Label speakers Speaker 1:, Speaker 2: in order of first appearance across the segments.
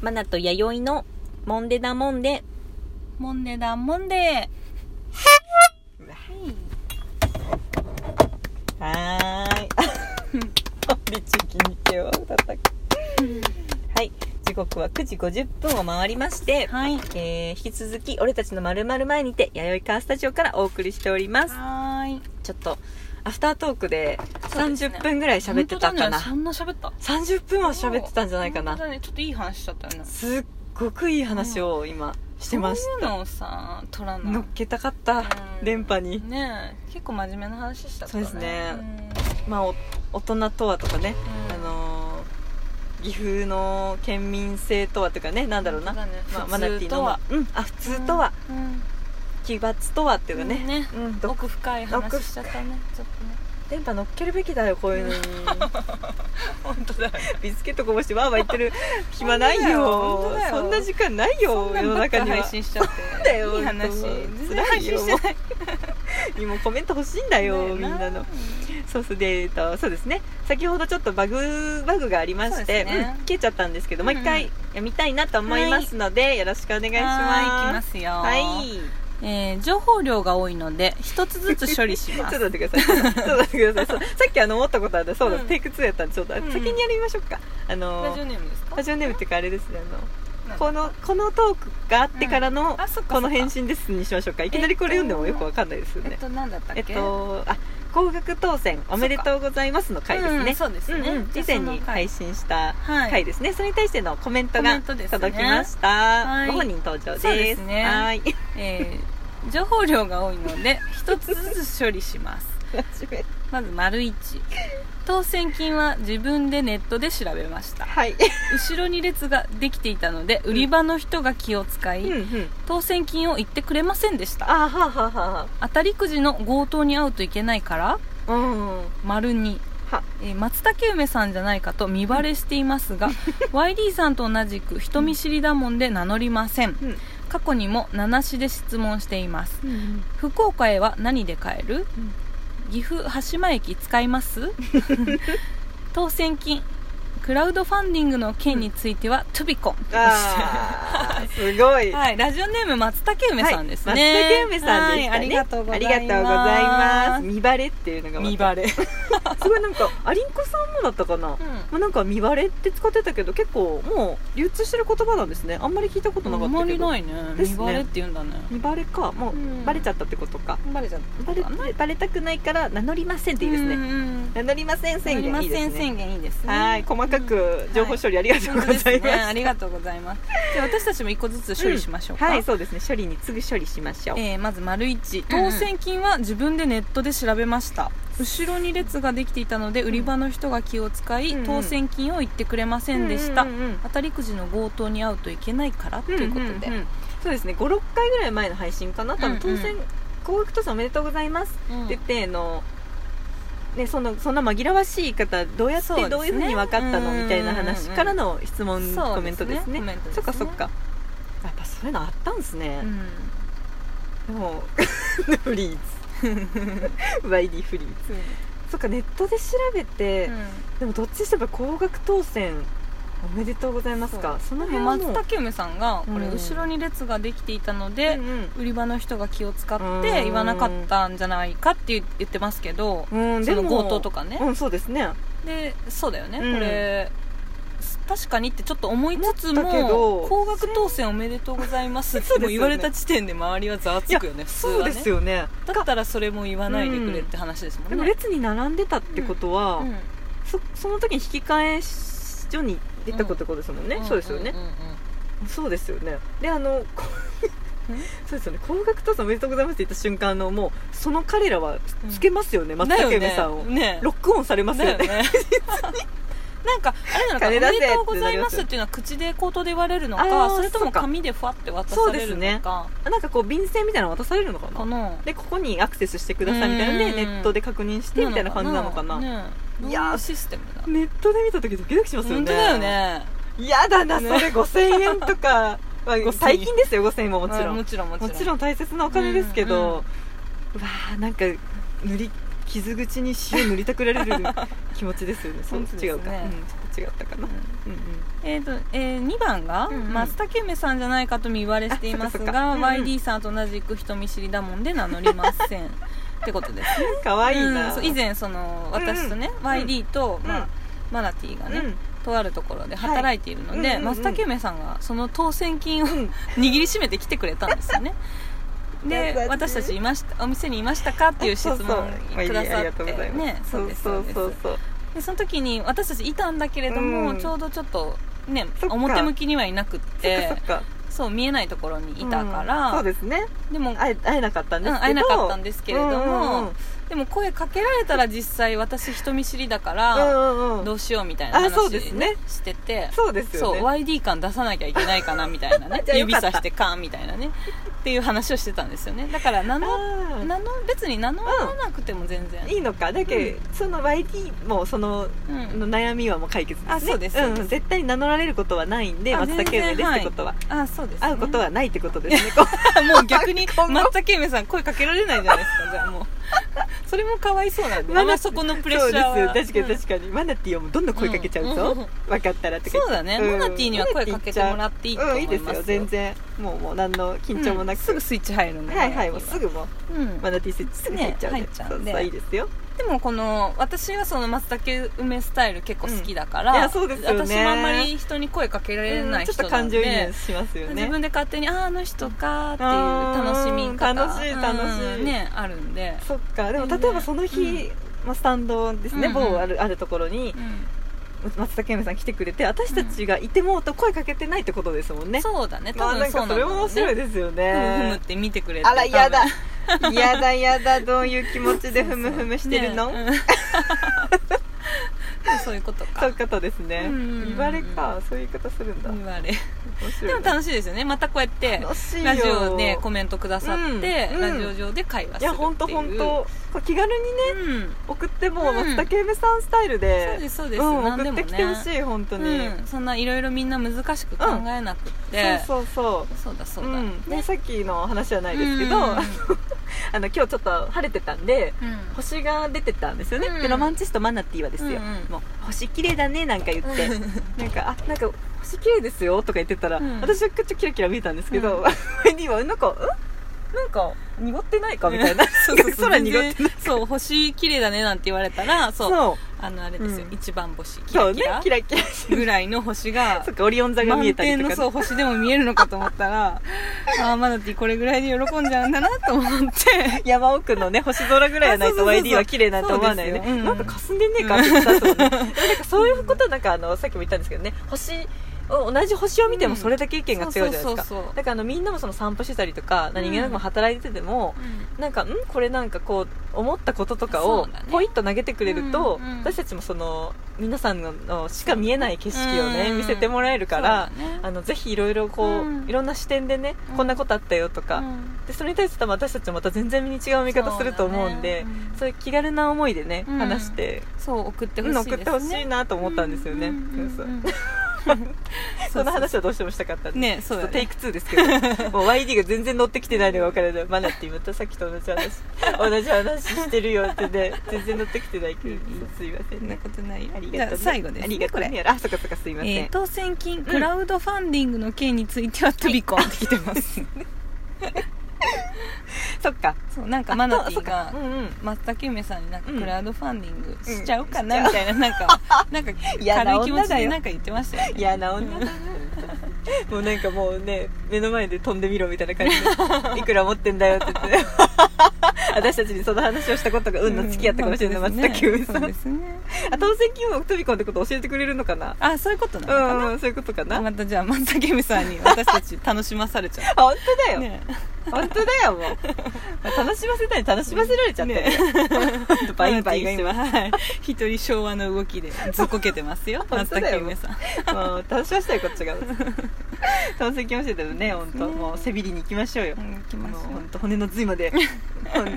Speaker 1: マナと弥生のモンデダモンデ。
Speaker 2: モンデだモンデ
Speaker 1: は ーい。で、中期に手を歌った。はい。時刻は9時50分を回りまして、
Speaker 2: はい
Speaker 1: えー、引き続き、俺たちのまるまる前にて、弥生カースタジオからお送りしております。
Speaker 2: はーい
Speaker 1: ちょっと、アフタートークで
Speaker 2: そうですね
Speaker 1: 30分ぐらい喋ってたか
Speaker 2: 本当だ
Speaker 1: な。
Speaker 2: ねそんな喋った
Speaker 1: 30分は喋ってたんじゃないか
Speaker 2: 本当
Speaker 1: な。
Speaker 2: だねちょっといい話しちゃったよね
Speaker 1: すっごくいい話を今、してまし
Speaker 2: そういう
Speaker 1: た。
Speaker 2: のをさ取らない
Speaker 1: 乗っけたかった、
Speaker 2: うん
Speaker 1: 連覇に。
Speaker 2: ねえ結構真面目な話しちゃったね
Speaker 1: そうですねまあ、お大人とはとかね、
Speaker 2: うん
Speaker 1: あのー岐阜の県民性とはとかねなんだろうな、
Speaker 2: 本当だね
Speaker 1: まあ、
Speaker 2: 普通
Speaker 1: マナティーのはうんあ普通とは、、
Speaker 2: うんうん
Speaker 1: 奇抜とはっていうかね,、
Speaker 2: ね
Speaker 1: うんど
Speaker 2: 奥深い話しちゃったねちょっとね
Speaker 1: 電波乗っけるべきだよこういうのに
Speaker 2: 本当だよ
Speaker 1: ビスケットこぼしてわーわー言 ってる暇ないよ
Speaker 2: 本当だよ
Speaker 1: そんな時間ないよ世の中には
Speaker 2: 配信 しちゃって
Speaker 1: だよ
Speaker 2: いい話
Speaker 1: 本当
Speaker 2: 全然配信し てない
Speaker 1: もうコメント欲しいんだよ、みんなのそうそうで、えっと、そうですね先ほどちょっとバグバグがありまして、
Speaker 2: そうですね
Speaker 1: うん消えちゃったなうんですけど、もう一
Speaker 2: う
Speaker 1: 回読みたいなと思いますので、よろしくお願いし
Speaker 2: はいいき
Speaker 1: ま
Speaker 2: ますすよ
Speaker 1: はい
Speaker 2: えー情報量が多いので一つずつ処理 し
Speaker 1: ちょっ
Speaker 2: ま
Speaker 1: と
Speaker 2: す
Speaker 1: 待ってください。ちょっと待ってくださ い。そうさっきあの思ったことあった。そうだ、
Speaker 2: うん
Speaker 1: テイク2やったんで、ちょっと、
Speaker 2: うんうん
Speaker 1: 先にやりましょうか。あの、
Speaker 2: ネームですか
Speaker 1: ラジオネームっていうかあれですね、あ
Speaker 2: なん
Speaker 1: の、
Speaker 2: だ
Speaker 1: この、このトークがあってからの、
Speaker 2: あそっか
Speaker 1: この返
Speaker 2: 変身
Speaker 1: 信ですにしましょうか。いきなりこれ読んでもよくわかんないですよ
Speaker 2: えっ
Speaker 1: ね。
Speaker 2: と何だったっ
Speaker 1: え
Speaker 2: け
Speaker 1: っと、あ、高額当選おめでとうございますの回です
Speaker 2: うん
Speaker 1: ね。
Speaker 2: そうですね
Speaker 1: うんうん
Speaker 2: じゃ
Speaker 1: 以前
Speaker 2: あそ
Speaker 1: に
Speaker 2: の回
Speaker 1: 配信した
Speaker 2: はい
Speaker 1: 回ですね。それに対してのコメント
Speaker 2: コメ
Speaker 1: が
Speaker 2: ントですね
Speaker 1: 届きました。
Speaker 2: はい
Speaker 1: ご本人登場です。
Speaker 2: そうですね
Speaker 1: はい。
Speaker 2: えー情報量が多いので一つずつ処理しますまず丸一当選金は自分でネットで調べました
Speaker 1: はい。
Speaker 2: 後ろに列ができていたので売り場の人が気を使
Speaker 1: うん
Speaker 2: い、
Speaker 1: うん。
Speaker 2: 当選金を言ってくれませんでした
Speaker 1: あ、はあはあは
Speaker 2: 当たりくじの強盗に遭うといけないから
Speaker 1: あ。うん。
Speaker 2: 丸2
Speaker 1: は
Speaker 2: えー松竹梅さんじゃないかと見バレしていま すが YD さんと同じく人見知りだもんで名乗りません
Speaker 1: うん
Speaker 2: 過去にも七市で質問しています
Speaker 1: うん
Speaker 2: 福岡へは何で帰る、
Speaker 1: うん
Speaker 2: 岐阜羽島駅使います 当選金クラウドファンディングの件についてはトゥビコン
Speaker 1: あー すごい。
Speaker 2: はい、ラジオネーム松竹梅さんですね、
Speaker 1: はい松竹梅さんでしたね。
Speaker 2: はいありがとうございます
Speaker 1: ありがとうございます見バレっていうのがまた
Speaker 2: 見バレ、
Speaker 1: すごいなんか、アリンコさんもだったかな。まあ、なんか見バレって使ってたけど結構もう流通してる言葉なんですねあんまり聞いたことなか
Speaker 2: あ
Speaker 1: っ
Speaker 2: ん
Speaker 1: た
Speaker 2: ま
Speaker 1: け
Speaker 2: り
Speaker 1: ど
Speaker 2: ないね
Speaker 1: ですね
Speaker 2: 見バレって言うんだね
Speaker 1: 見バレかもう
Speaker 2: うん
Speaker 1: バレちゃったってことか、
Speaker 2: バレちゃっ
Speaker 1: バレバレたくないから名乗りませんっていいですね、名乗りません宣言いいですね
Speaker 2: 宣言いいですね
Speaker 1: はい細かく情報処理ありがとうございます、
Speaker 2: 本当ですねありがとうございますじゃあ私たちも一個ずつ処理しましょうか、
Speaker 1: はいそうですね処理に次ぐ処理しましょう、
Speaker 2: えーまず丸一
Speaker 1: うんうん
Speaker 2: 当選金は自分でネットで調べました、後ろに列ができていたので売り場の人が気を使い、
Speaker 1: うんうん
Speaker 2: 当選金を言ってくれませんでした、
Speaker 1: うんうんうん
Speaker 2: 当たりくじの強盗に遭うといけないからということで、
Speaker 1: んんんそうですね56回ぐらい前の配信かな多分
Speaker 2: うんう
Speaker 1: 当
Speaker 2: ん
Speaker 1: 選、高額当選おめでとうございます
Speaker 2: うん
Speaker 1: って言ってあの、ね、そんなそんな紛らわしい方どうやっ
Speaker 2: そうで
Speaker 1: て
Speaker 2: すね
Speaker 1: どういうふうに分かったの、
Speaker 2: うんうんうん
Speaker 1: みたいな話からの質問、
Speaker 2: そうですね
Speaker 1: コメントですね
Speaker 2: コメントです
Speaker 1: そ
Speaker 2: ね
Speaker 1: っかそっかやっぱそういうのあったんですね
Speaker 2: う、ん
Speaker 1: でも フリー ズ YD フリーズそっかネットで調べて、でもどっちにしても高額当選おめでとうございますかその
Speaker 2: でも
Speaker 1: 辺はもう
Speaker 2: 松竹梅さんが、これ
Speaker 1: うん
Speaker 2: 後ろに列ができていたので、
Speaker 1: うんうん
Speaker 2: 売り場の人が気を使
Speaker 1: うん
Speaker 2: って言わなかったんじゃないかって言言ってますけど、
Speaker 1: うん、
Speaker 2: そ
Speaker 1: で
Speaker 2: の
Speaker 1: も
Speaker 2: 強盗とかね、
Speaker 1: うんそうですね
Speaker 2: でそうだよね、
Speaker 1: うん
Speaker 2: これ確かにってちょっと思いつつも
Speaker 1: 思ったけど
Speaker 2: 高額当選おめでとうございますっ
Speaker 1: そうで
Speaker 2: て
Speaker 1: すよね
Speaker 2: もう言われた時点で周りはざわつくよね普通
Speaker 1: そう
Speaker 2: はね
Speaker 1: ですよね
Speaker 2: だったらそれも言わないでくれって話ですも
Speaker 1: で
Speaker 2: ん
Speaker 1: も
Speaker 2: ね、
Speaker 1: 列に並んでたってことは、
Speaker 2: うん
Speaker 1: そその時に引き返し所に出たことってことですもんね、
Speaker 2: ん
Speaker 1: そうですよね、
Speaker 2: んうんうん
Speaker 1: そうですよねであ のこそうですよね高額当選おめでとうございますって言った瞬間のもうその彼らはつけますよね、松竹梅さんを、
Speaker 2: だよねね
Speaker 1: ロックオンされますよね
Speaker 2: だよね なんかあれなのか「お
Speaker 1: 金
Speaker 2: め
Speaker 1: 出せ
Speaker 2: でとうございます」っていうのは口で口頭で言われるの
Speaker 1: あ
Speaker 2: か
Speaker 1: ー
Speaker 2: それと
Speaker 1: そ
Speaker 2: も
Speaker 1: っか
Speaker 2: 紙でふわって渡
Speaker 1: そ
Speaker 2: さ
Speaker 1: うで
Speaker 2: れ
Speaker 1: す
Speaker 2: る
Speaker 1: ね
Speaker 2: のか
Speaker 1: なんかこう便箋みたいなの渡されるのかな
Speaker 2: かな
Speaker 1: でここにアクセスしてくださいみたいなの
Speaker 2: うん
Speaker 1: で
Speaker 2: うん
Speaker 1: ネ
Speaker 2: うん
Speaker 1: ットで確認してみたいな感じなのかな
Speaker 2: ねえ
Speaker 1: いやー
Speaker 2: どういうシステムだ
Speaker 1: ネットで見た時ドキドキしますよね
Speaker 2: 本当だよね
Speaker 1: 嫌だなそ
Speaker 2: ね
Speaker 1: れ5000円と か、まあ
Speaker 2: 5000円
Speaker 1: 大金ですよ5000円ももちろ
Speaker 2: うんもちろんもちろ
Speaker 1: も
Speaker 2: ん
Speaker 1: ちろん大切なお金ですけど、
Speaker 2: うんうん
Speaker 1: うわーなんか塗り傷口に塩塗りたくられる気持ちですよねそう
Speaker 2: 本当ですね
Speaker 1: 違うか、うん、ちょっと違ったかな、うんうん、
Speaker 2: えーとえー、2番が、
Speaker 1: うんうん
Speaker 2: 松竹梅さんじゃないかとも言われています
Speaker 1: あそっかそっ
Speaker 2: が、
Speaker 1: かうんうん
Speaker 2: YD さんと同じく人見知りだもんで名乗りま せんってことですね
Speaker 1: かわいい
Speaker 2: うん
Speaker 1: な、
Speaker 2: そう以前その私とね、
Speaker 1: うん
Speaker 2: YD と、
Speaker 1: うん
Speaker 2: まあ、マナティーがね、
Speaker 1: うん
Speaker 2: とあるところで働いているので、
Speaker 1: はいうんうんうん
Speaker 2: 松竹梅さんがその当選金を
Speaker 1: ん
Speaker 2: 握りしめて来てくれたんですよね
Speaker 1: 優し
Speaker 2: で
Speaker 1: い
Speaker 2: 私たちいましたお店にいましたかっていう質問をくださってね
Speaker 1: そ
Speaker 2: そう
Speaker 1: う
Speaker 2: で
Speaker 1: そ
Speaker 2: すそう
Speaker 1: う
Speaker 2: です
Speaker 1: そうそう
Speaker 2: でその時に私たちいたんだけれども、
Speaker 1: うん
Speaker 2: ちょうどちょっとね
Speaker 1: そっか
Speaker 2: 表向きにはいなくっ
Speaker 1: そってかそっか
Speaker 2: そう見えないところにいたか
Speaker 1: うん
Speaker 2: ら、
Speaker 1: そうですね
Speaker 2: でも
Speaker 1: 会え会えなかったんですけど、
Speaker 2: うん会えなかったんですけれども
Speaker 1: うんうん
Speaker 2: でも声かけられたら実際私人見知りだから、
Speaker 1: うんうんう
Speaker 2: ど
Speaker 1: ん
Speaker 2: うしようみたいな
Speaker 1: あそう
Speaker 2: 話、
Speaker 1: ですね
Speaker 2: してて
Speaker 1: そうですよ
Speaker 2: そう
Speaker 1: ね
Speaker 2: YD 感出さなきゃいけないかなみた いなね
Speaker 1: じゃあよ
Speaker 2: 指
Speaker 1: かった
Speaker 2: さして感みたいなねっていう話をしてたんですよねだから名乗
Speaker 1: あー
Speaker 2: 名乗別に名乗らなくても全然、
Speaker 1: いいのかだけど、その YD もその
Speaker 2: うん
Speaker 1: の悩みはもう解決ですね
Speaker 2: あそうですそ
Speaker 1: う
Speaker 2: うです
Speaker 1: ん、絶対に名乗られることはないんで
Speaker 2: あ
Speaker 1: 松
Speaker 2: 全
Speaker 1: 茸
Speaker 2: 然
Speaker 1: 梅ですってことは、
Speaker 2: いあそうです、ね、
Speaker 1: 会うことはないってことですねこう
Speaker 2: もう逆に
Speaker 1: 今後
Speaker 2: 松竹梅さん声かけられないじゃないですかじゃあ もうそれもかわいそうなんで
Speaker 1: まだ
Speaker 2: あんまそこのプレッシャーは
Speaker 1: そうですよ確かに確かに、マナティーはもうどんどん声かけちゃうぞ、
Speaker 2: うん
Speaker 1: 分かったらって
Speaker 2: う
Speaker 1: 感
Speaker 2: ん
Speaker 1: じ
Speaker 2: そうだね、
Speaker 1: ん
Speaker 2: モナティには声かけてもらっていいと
Speaker 1: う
Speaker 2: 思
Speaker 1: ん、い
Speaker 2: い
Speaker 1: い
Speaker 2: ま
Speaker 1: です
Speaker 2: す、
Speaker 1: よ全然もうもう何の緊張もな
Speaker 2: うん
Speaker 1: く、
Speaker 2: すぐスイッチ入るんで
Speaker 1: はいはいもうすぐも
Speaker 2: モナティはうん
Speaker 1: うマナティースイッチすぐ入っちゃうんで、
Speaker 2: ね入っちゃうんで
Speaker 1: そうそういいですよ
Speaker 2: でもこの私はその松茸梅スタイル結構好きだか
Speaker 1: うんい
Speaker 2: ら、
Speaker 1: やそうですよね
Speaker 2: 私もあんまり人に声かけられ
Speaker 1: う
Speaker 2: なんい
Speaker 1: ちょっ
Speaker 2: 人
Speaker 1: と
Speaker 2: なん
Speaker 1: 感情
Speaker 2: で、
Speaker 1: 移入しますよね
Speaker 2: 自分で勝手にあーあの人かーっていう楽しみ方
Speaker 1: うん楽しい楽しい
Speaker 2: うんねあるんで、
Speaker 1: そっかでも例えばその日、
Speaker 2: うん
Speaker 1: まあ、スタンドですね、
Speaker 2: うんうん
Speaker 1: 某あるあるところに松田健さん来てくれて私たちがいてもと声かけてないってことですもんね、
Speaker 2: そうだね
Speaker 1: ま
Speaker 2: 多
Speaker 1: あな
Speaker 2: 分
Speaker 1: ん
Speaker 2: そう
Speaker 1: か
Speaker 2: なんだ
Speaker 1: それ
Speaker 2: ろうね
Speaker 1: も面白いですよね、
Speaker 2: ふむふむって見てくれて
Speaker 1: あらやだ
Speaker 2: 多分
Speaker 1: やだやだどういう気持ちでふむふむしてるの、
Speaker 2: ねうん そういうこと
Speaker 1: そうい
Speaker 2: か
Speaker 1: うことですね、
Speaker 2: うんうんうん
Speaker 1: 言われかそういう言い方するんだ、
Speaker 2: 言われ
Speaker 1: 面白い
Speaker 2: でも
Speaker 1: ね
Speaker 2: 楽しいですよねまたこうやって
Speaker 1: 楽しいよ
Speaker 2: ラジオでコメントくださって、
Speaker 1: うん
Speaker 2: ラジオ上で会話
Speaker 1: い
Speaker 2: するっていう
Speaker 1: や本当本当こう気軽にね
Speaker 2: うん
Speaker 1: 送っても
Speaker 2: うん
Speaker 1: 松田健さんスタイル
Speaker 2: そうで
Speaker 1: で、
Speaker 2: すそう
Speaker 1: う
Speaker 2: です、
Speaker 1: ん
Speaker 2: 何で
Speaker 1: 送っ
Speaker 2: も
Speaker 1: て
Speaker 2: ね
Speaker 1: きてほしい本当に、
Speaker 2: うん、そんないろいろみんな難しく考えなくって、
Speaker 1: そうそうそう
Speaker 2: そうだそうだ、
Speaker 1: うんね、さっきの話じゃないですけど、
Speaker 2: うん
Speaker 1: あの今日ちょっと晴れてたんで
Speaker 2: うん
Speaker 1: 星が出てたんですよね、
Speaker 2: うん
Speaker 1: でロマンチストマナティーはですよ、
Speaker 2: うんうん
Speaker 1: もう星綺麗だねなんか言ってなんかあなんか星綺麗ですよとか言ってたら、
Speaker 2: うん
Speaker 1: 私はちょっとキラキラ見えたんですけど、
Speaker 2: うん
Speaker 1: 前にはなんかうんなんか濁ってないかみたいな
Speaker 2: そうそうそう
Speaker 1: 空濁って
Speaker 2: 全然そう星綺麗だねなんて言われたらそう
Speaker 1: そう
Speaker 2: あのあれですよ、
Speaker 1: うん
Speaker 2: 一番星キ
Speaker 1: そう
Speaker 2: ラ
Speaker 1: ね
Speaker 2: キラ
Speaker 1: キラキラしてる
Speaker 2: ぐらいの星が
Speaker 1: そっかオリオン座が見え
Speaker 2: 満
Speaker 1: たり
Speaker 2: 点
Speaker 1: とか
Speaker 2: の
Speaker 1: ね
Speaker 2: そう星でも見えるのかと思った らああマナティこれぐらいで喜んじゃうんだなと思っ て
Speaker 1: 山奥のね星空ぐらいはない
Speaker 2: あそ
Speaker 1: と
Speaker 2: うそうそうそう
Speaker 1: YD は綺麗なんて思わないよ
Speaker 2: そうですよう
Speaker 1: ね
Speaker 2: ん
Speaker 1: なんか霞んでねえかって言った後もねでもなんかそういうことなんかあのさっきも言ったんですけどね星を同じ星を見てもそれだけ意見が強いじゃな
Speaker 2: そ
Speaker 1: いうで
Speaker 2: そう
Speaker 1: す
Speaker 2: そう
Speaker 1: か
Speaker 2: そう
Speaker 1: だからあのみんなもその散歩してたりとか何気なくも働いててもなんかんこれなんかこう思ったこととかを
Speaker 2: そうだね
Speaker 1: ポイッと投げてくれると
Speaker 2: うんうん
Speaker 1: 私たちもその皆さんのしか見えない景色を
Speaker 2: うん
Speaker 1: ね
Speaker 2: うん
Speaker 1: 見せてもらえるから
Speaker 2: そうだね
Speaker 1: あのぜひいろいろこ
Speaker 2: う
Speaker 1: う
Speaker 2: ん
Speaker 1: いろんな視点でねこんなことあったよとか
Speaker 2: うん
Speaker 1: でそれに対して多分私たちもまた全然見違う見方すると思うんでそ
Speaker 2: そ
Speaker 1: うう,、
Speaker 2: だねうん
Speaker 1: いう気軽な思いでね、
Speaker 2: うん
Speaker 1: 話して、
Speaker 2: そう送ってほ
Speaker 1: う
Speaker 2: しい
Speaker 1: ん
Speaker 2: です、ね、
Speaker 1: 送ってほしいなと思ったんですよね、
Speaker 2: うんうんうん
Speaker 1: そううんそう
Speaker 2: うん
Speaker 1: その話はどうしてもしたかったんで
Speaker 2: ねそうだ
Speaker 1: ちょっとテイ
Speaker 2: ね
Speaker 1: ク2ですけどもう YD が全然乗ってきてないのが分からないマナティーまたさっきと同じ話同じ話してるよってね全然乗ってきてないけどすいませ
Speaker 2: そ
Speaker 1: ん
Speaker 2: んな
Speaker 1: ね
Speaker 2: ことないよ
Speaker 1: あり
Speaker 2: じ
Speaker 1: が
Speaker 2: ゃ
Speaker 1: とう、
Speaker 2: あ
Speaker 1: ね、
Speaker 2: 最後です、ね、
Speaker 1: ありがと
Speaker 2: こ
Speaker 1: う
Speaker 2: れ
Speaker 1: ねあそっかそっかすいません、
Speaker 2: えー当選金クラウドファンディングの件については飛び込んできてます、
Speaker 1: そっか
Speaker 2: そうなんかマナティー
Speaker 1: あ
Speaker 2: が
Speaker 1: とそっかうんうん
Speaker 2: 松竹梅さんになんか
Speaker 1: うん
Speaker 2: クラウドファンディングしちゃうか
Speaker 1: う
Speaker 2: なんみたいな、なんかなんか
Speaker 1: 嫌な
Speaker 2: 軽い気持
Speaker 1: 女
Speaker 2: ち
Speaker 1: だ
Speaker 2: で
Speaker 1: よ
Speaker 2: なんか言ってましたよね
Speaker 1: 嫌な女だなもうなんかもうね目の前で飛んでみろみたいな感じでいくら持ってんだよって言って私たちにその話をしたことが運の付き合ったかもしれない、松崎梅さ、
Speaker 2: そうんですね
Speaker 1: あ当選金も飛び込んでこと教えてくれるのかな
Speaker 2: あそういうことなの
Speaker 1: う
Speaker 2: か
Speaker 1: ん、うん、そういうことか
Speaker 2: な、
Speaker 1: な、
Speaker 2: またじゃあ松竹梅さんに私たち楽しまさ れちゃ
Speaker 1: あ本当だ
Speaker 2: う
Speaker 1: よ、
Speaker 2: ね
Speaker 1: 本当だよもう楽しませたい楽しませられちゃってるよ、バイバイして
Speaker 2: マ
Speaker 1: ま
Speaker 2: ナティーが今はい一人昭和の動きでずっこけてますよ
Speaker 1: 本
Speaker 2: 松
Speaker 1: 当だ
Speaker 2: 竹
Speaker 1: よ
Speaker 2: 梅さん
Speaker 1: すもう楽しませたいこっちが当選金教えてもね本当もう背びりに行きましょうよ、
Speaker 2: うん行き
Speaker 1: あ
Speaker 2: ま
Speaker 1: の
Speaker 2: しょう
Speaker 1: 本当骨の髄まで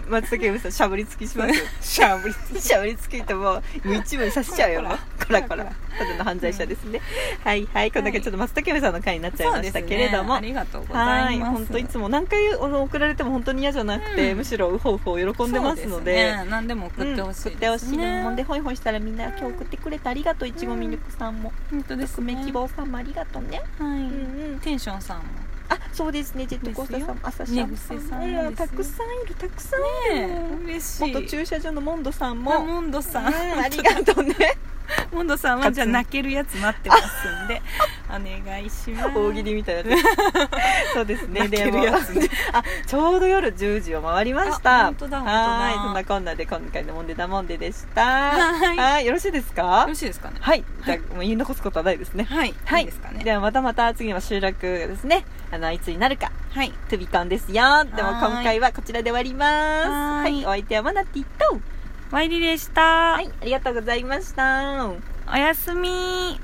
Speaker 1: 松崎さんしゃぶりつきしますよ
Speaker 2: しゃぶり
Speaker 1: しゃぶりつきともう一部させちゃうよもうこらこらただの犯罪者ですね、はいはいこんだけちょっと松崎さんの回になっちゃいましたけれども、
Speaker 2: そうですねありがとうご
Speaker 1: は
Speaker 2: ざい
Speaker 1: い、
Speaker 2: ます
Speaker 1: 本当いつも何回あの送られても本当に嫌じゃなくて、
Speaker 2: うん
Speaker 1: むしろウホウホ喜んでますの
Speaker 2: そう
Speaker 1: で。
Speaker 2: すね何でも
Speaker 1: う
Speaker 2: 送
Speaker 1: ん
Speaker 2: ってほし
Speaker 1: 送っ
Speaker 2: い
Speaker 1: てほ
Speaker 2: で
Speaker 1: し
Speaker 2: す
Speaker 1: い
Speaker 2: ね
Speaker 1: もんでホイホイしたらみんな今日送ってくれてありがとういちごみるくさんも
Speaker 2: 本当です
Speaker 1: 匿名
Speaker 2: ね
Speaker 1: 希望さんもありがとうね
Speaker 2: はい、
Speaker 1: うんうん
Speaker 2: テンションさんも
Speaker 1: あそうですねジェットコースターさんも朝シャンさん
Speaker 2: 寝癖さん
Speaker 1: も
Speaker 2: もですよ
Speaker 1: うんたくさんいるたくさんいる、
Speaker 2: ねえ嬉しい
Speaker 1: 元駐車場のモンドさんも
Speaker 2: あモンドさん、
Speaker 1: うんありがとうね
Speaker 2: モンドさんはじゃあ
Speaker 1: 勝つ
Speaker 2: 泣けるやつ待ってますんでお願いします
Speaker 1: 大喜利みたいなやつ そうですね
Speaker 2: 泣けるやつ
Speaker 1: でもあちょうど夜10時を回りまし
Speaker 2: あ
Speaker 1: た
Speaker 2: 本当だ本当だ
Speaker 1: はーいそんなこんなで今回のもんでだもんででした
Speaker 2: はーい
Speaker 1: ーよろしいです
Speaker 2: よ
Speaker 1: か
Speaker 2: ろしいですかね
Speaker 1: はいじゃあ、もう言い残すことはないですね
Speaker 2: はい、
Speaker 1: はい
Speaker 2: いですかね
Speaker 1: ではまたまた次は集落ですねあのいつになるか
Speaker 2: はい
Speaker 1: トゥビコンですよでも
Speaker 2: はーい
Speaker 1: 今回はこちらで終わります
Speaker 2: は
Speaker 1: は
Speaker 2: ー
Speaker 1: い
Speaker 2: い
Speaker 1: お相手はマナティと
Speaker 2: ワイリでした、
Speaker 1: はいありがとうございました
Speaker 2: おやすみ